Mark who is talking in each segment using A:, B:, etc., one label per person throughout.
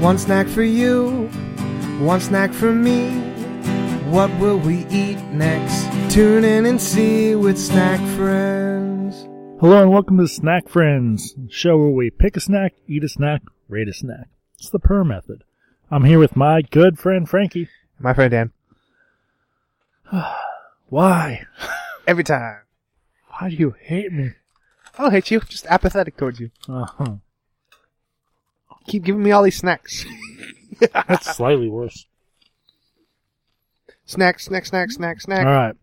A: One snack for you, one snack for me. What will we eat next? Tune in and see with Snack Friends.
B: Hello and welcome to Snack Friends, a show where we pick a snack, eat a snack, rate a snack. It's the PER method. I'm here with my good friend Frankie.
A: My friend Dan.
B: Why?
A: Every time.
B: Why do you hate me?
A: I don't hate you, just apathetic towards you.
B: Uh-huh.
A: Keep giving me all these snacks.
B: That's slightly worse.
A: Snacks, snack, snack, snack, snack.
B: All right.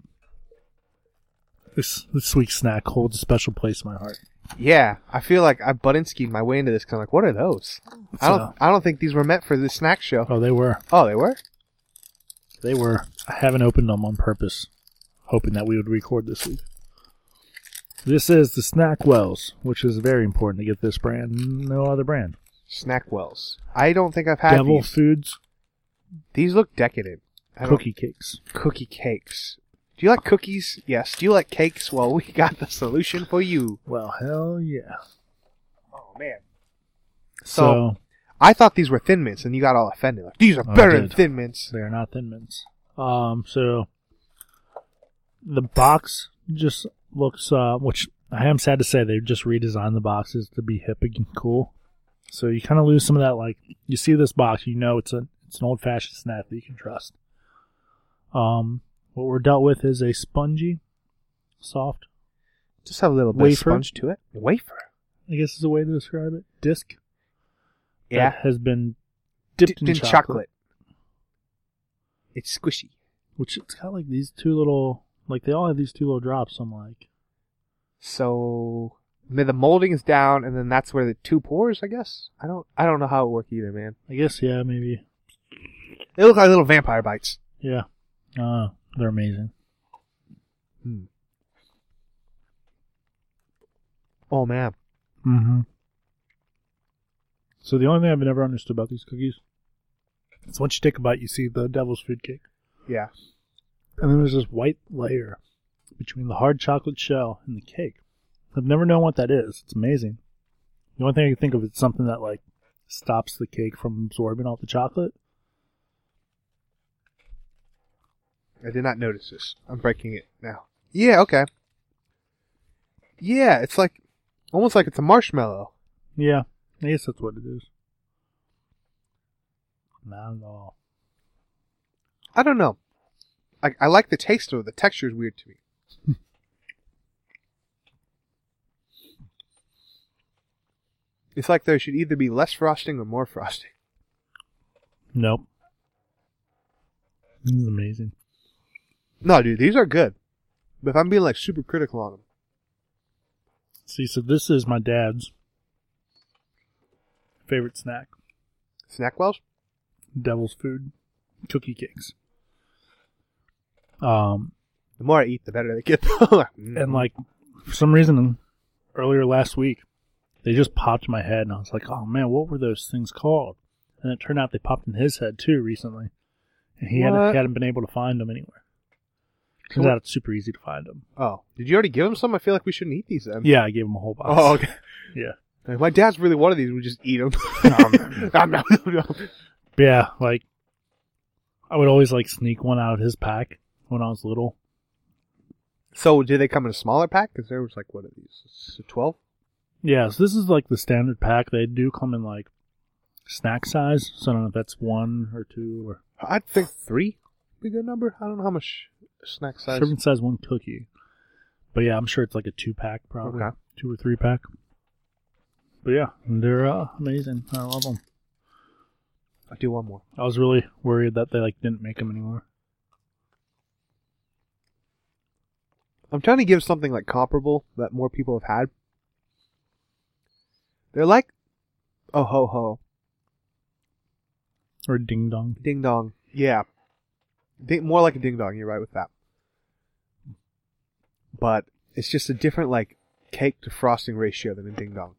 B: This this week's snack holds a special place in my heart.
A: Uh, Yeah, I feel like I buttonskied my way into this. Cause I'm like, what are those? I don't,
B: So-
A: I don't think these were meant for the snack show.
B: Oh, they were.
A: Oh, they were.
B: They were. I haven't opened them on purpose, hoping that we would record this week. This is the Snack Wells, which is very important to get this brand. No other brand.
A: Snack Wells. I don't think I've had
B: Devil
A: these.
B: Foods
A: These look decadent. I don't-
B: cookie cakes.
A: cookie cakes. Do you like cookies? Yes. Do you like cakes? Well, we got the solution for you.
B: Well, hell yeah.
A: Oh man. So,
B: So,
A: I thought these were Thin Mints, and you got all offended. Like these are
B: I
A: better than
B: did.
A: Thin Mints.
B: they're not Thin Mints. Um, so the box just looks, uh, which I am sad to say they just redesigned the boxes to be hip and cool. So you kind of lose some of that. Like you see this box, you know it's a it's an old fashioned snack that you can trust. Um, what we're dealt with is a spongy, soft.
A: Just have a little bit of
B: Wafer?
A: sponge to it. Wafer.
B: I guess is a way to describe it. Disc
A: Yeah.
B: that has been dipped, in, chocolate,
A: It's squishy.
B: which it's got like these two little like they all have these two little drops. I'm like,
A: So the the molding is down, and then that's where the two pours. I guess. I don't. I don't know how it worked either, man.
B: I guess yeah, maybe
A: They look like little vampire bites.
B: Yeah. Uh, they're amazing.
A: Hmm. Oh man.
B: Mm-hmm. So the only thing I've never understood about these cookies is once you take a bite, you see the devil's food cake.
A: Yeah.
B: And then there's this white layer between the hard chocolate shell and the cake. I've never known what that is. It's amazing. The only thing I can think of is something that, like, stops the cake from absorbing all the chocolate.
A: I did not notice this. I'm breaking it now. Yeah, okay. Yeah, it's like almost like it's a marshmallow.
B: Yeah. I guess that's what it is. Not at all.
A: I don't know. I, I like the taste of it. The texture is weird to me. it's like there should either be less frosting or more frosting.
B: Nope. This is amazing.
A: No, dude, these are good. But if I'm being like super critical on them,
B: See, so this is my dad's favorite snack:
A: snack wells,
B: devil's food, cookie cakes. Um,
A: the more I eat, the better they get. and
B: and like for some reason, earlier last week, they just popped in my head, and I was like, "Oh man, what were those things called?" And it turned out they popped in his head too recently, and he, had,
A: What?
B: hadn't been able to find them anywhere. Turns
A: Cool.
B: out it's super easy to find them.
A: Mm-hmm. oh, did you already give them some? I feel like we shouldn't eat these then.
B: Yeah, I gave him a whole box.
A: Um, Oh, okay.
B: yeah.
A: Like, my dad's really one of these. We just eat them.
B: Yeah, like I would always like sneak one out of his pack when I was little.
A: so, do they come in a smaller pack? Because there was like what are these? Twelve?
B: Yeah, so this is like the standard pack. They do come in like snack size, so I don't know if that's one or two or
A: I'd think three. Be a good number. I don't know how much snack size.
B: serving size one cookie. But yeah, I'm sure it's like a two pack probably,
A: Okay.
B: two or three pack. But yeah, they're uh, amazing. I love them.
A: I'll do one more.
B: I was really worried that they like didn't make them anymore.
A: I'm trying to give something like comparable that more people have had. They're like, oh ho ho,
B: Or ding dong.
A: ding dong. Yeah, Ding- more like a ding dong. You're right with that. But it's just a different like cake to frosting ratio than a ding dong.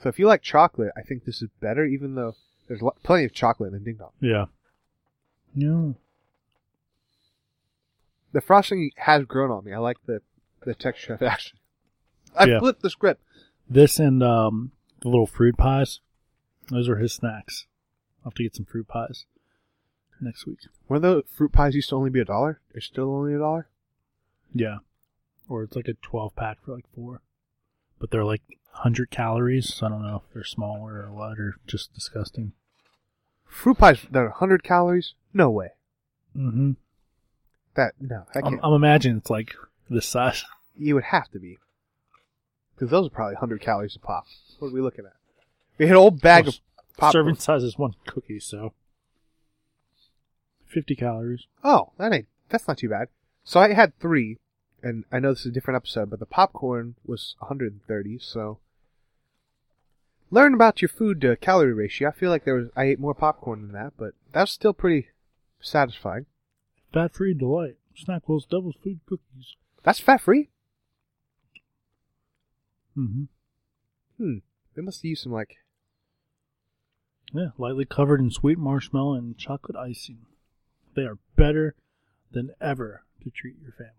A: So if you like chocolate, I think this is better, even though there's lo- plenty of chocolate in ding dong.
B: Yeah. Yeah.
A: the frosting has grown on me. I like the the texture of it. actually. I
B: Yeah.
A: flipped the script.
B: This and um the little fruit pies. Those were his snacks. I'll have to get some fruit pies next week.
A: One of the fruit pies used to only be a dollar. They're still only a dollar.
B: Yeah. Or it's like a 12 pack for like four. But they're like 100 calories. So I don't know if they're smaller or what or just disgusting.
A: Fruit pies that are 100 calories? No way.
B: Mm-hmm.
A: That no, that
B: I'm,
A: can't.
B: I'm imagining it's like this size.
A: you would have to be, because those are probably 100 calories a pop. What are we looking at? We had an old bag
B: Well,
A: of pop.
B: Serving size is one cookie, so 50 calories.
A: Oh, that ain't. That's not too bad. So I had three, and I know this is a different episode, but the popcorn was 130. So learn about your food to calorie ratio. I feel like there was I ate more popcorn than that, but that was still pretty satisfying.
B: Fat free delight. Snackwell's double food cookies.
A: That's fat free.
B: Mm-hmm.
A: Hmm. They must have used some like
B: Yeah, lightly covered in sweet marshmallow and chocolate icing. They are better than ever to treat your family.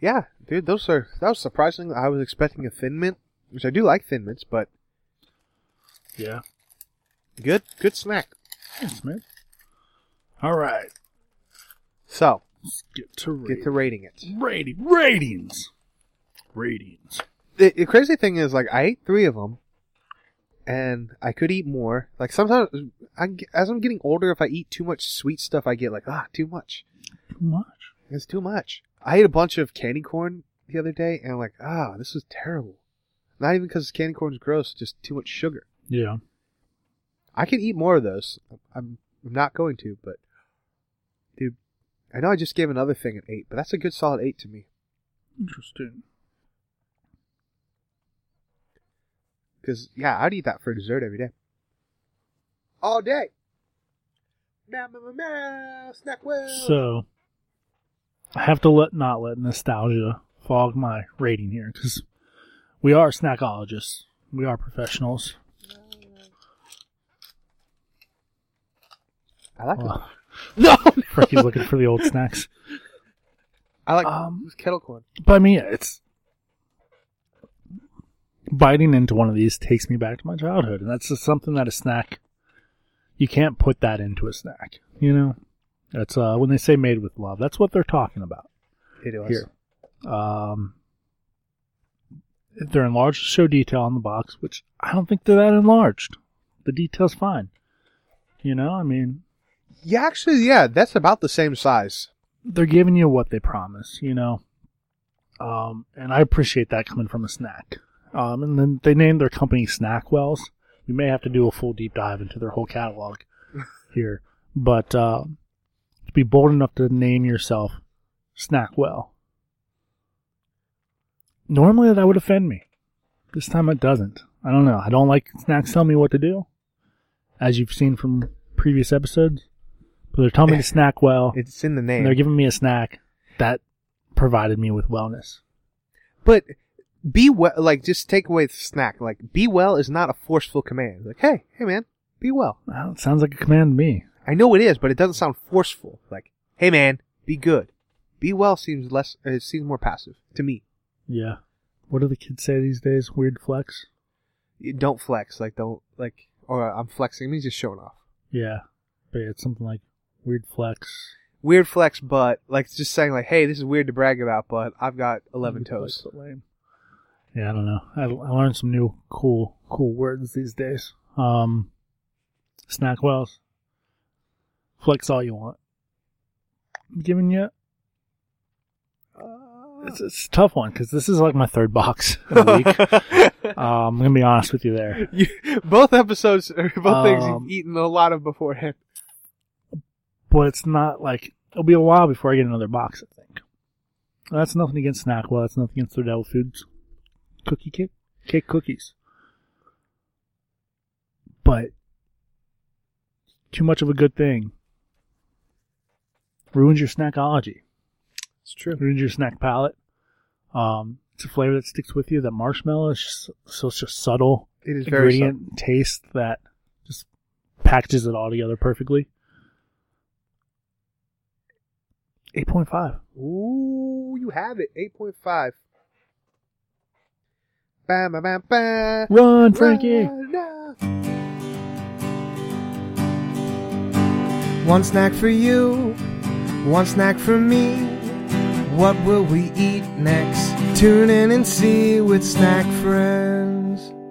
A: Yeah, dude, those are that was surprising. I was expecting a thin mint, which I do like thin mints, but
B: Yeah.
A: good, good snack.
B: Thanks, man. All right.
A: So
B: Let's get to
A: get to rating
B: ratings.
A: it.
B: Rating, ratings. Ratings.
A: The, the crazy thing is, like, I ate three of them, and I could eat more. Like sometimes, I, get- as I'm getting older, if I eat too much sweet stuff, I get like, ah, too much.
B: Too much.
A: It's too much. I ate a bunch of candy corn the other day, and I'm like, ah, this is terrible. Not even because candy corn's gross, just too much sugar.
B: Yeah.
A: I can eat more of those. I'm I'm not going to, but dude, I know I just gave another thing an eight, but that's a good solid eight to me
B: Interesting.
A: because yeah, I'd eat that for dessert every day, all day. Meow, meow, meow, meow, snack well.
B: So, I have to let not let nostalgia fog my rating here because we are snackologists. We are professionals.
A: I like
B: Uh,
A: no,
B: Ricky's looking for the old snacks.
A: I like
B: Um,
A: kettle corn.
B: But I mean, yeah, it's biting into one of these takes me back to my childhood, and that's just something that a snack you can't put that into a snack. You know, that's uh, when they say made with love. That's what they're talking about
A: It was
B: here. Um, they're enlarged to show detail on the box, which I don't think they're that enlarged. The detail's fine. You know, I mean,
A: Yeah, actually, yeah, that's about the same size.
B: they're giving you what they promise, you know. Um, and I appreciate that coming from a snack. Um, and then they named their company Snackwells. We may have to do a full deep dive into their whole catalog here, but uh, to be bold enough to name yourself Snackwell. Normally that would offend me. This time it doesn't. I don't know. I don't like snacks telling me what to do, as you've seen from previous episodes. But they're telling me to snack well.
A: It's in the
B: And Oh. they're
A: name.
B: giving me a snack that provided me with wellness.
A: But be well. Like, just take away the snack. Like, be well is not a forceful command. Like, hey, hey, man, be well.
B: Well, it sounds like a command to me.
A: I know it is, but it doesn't sound forceful. Like, hey man, be good. Be well seems less, uh, it seems more passive to me.
B: Yeah. What do the kids say these days? Weird flex.
A: You don't flex, like don't, like, or I'm flexing, it means you're showing off.
B: Yeah, but it's something like weird flex.
A: Weird flex, but, like, it's just saying like, hey, this is weird to brag about, but I've got 11
B: Weird flex,
A: toes.
B: but lame. Yeah, I don't know. I, I learned some new cool cool words these days. Um, snack wells. Flex all you want. I'm giving you it's, it's a tough one because this is like my third box in a week. um, I'm gonna be honest with you there.
A: you, both episodes, or both things
B: Um,
A: you've eaten a lot of beforehand.
B: but it's not like it'll be a while before I get another box. I think And that's nothing against Snackwell. That's nothing against their Devil Foods cookie cake, cake cookies. But too much of a good thing ruins your snackology.
A: It's true.
B: Ruins your snack palate. Um, it's a flavor that sticks with you. That marshmallow is just such a subtle
A: It is very
B: ingredient taste that just packages it all together perfectly. 8.5.
A: subtle. Ooh, you have it. 8.5. Bam, bam, bam, bam.
B: Run, Frankie!
A: Run, run. One snack for you, one snack for me. What will we eat next? Tune in and see with Snack Friends.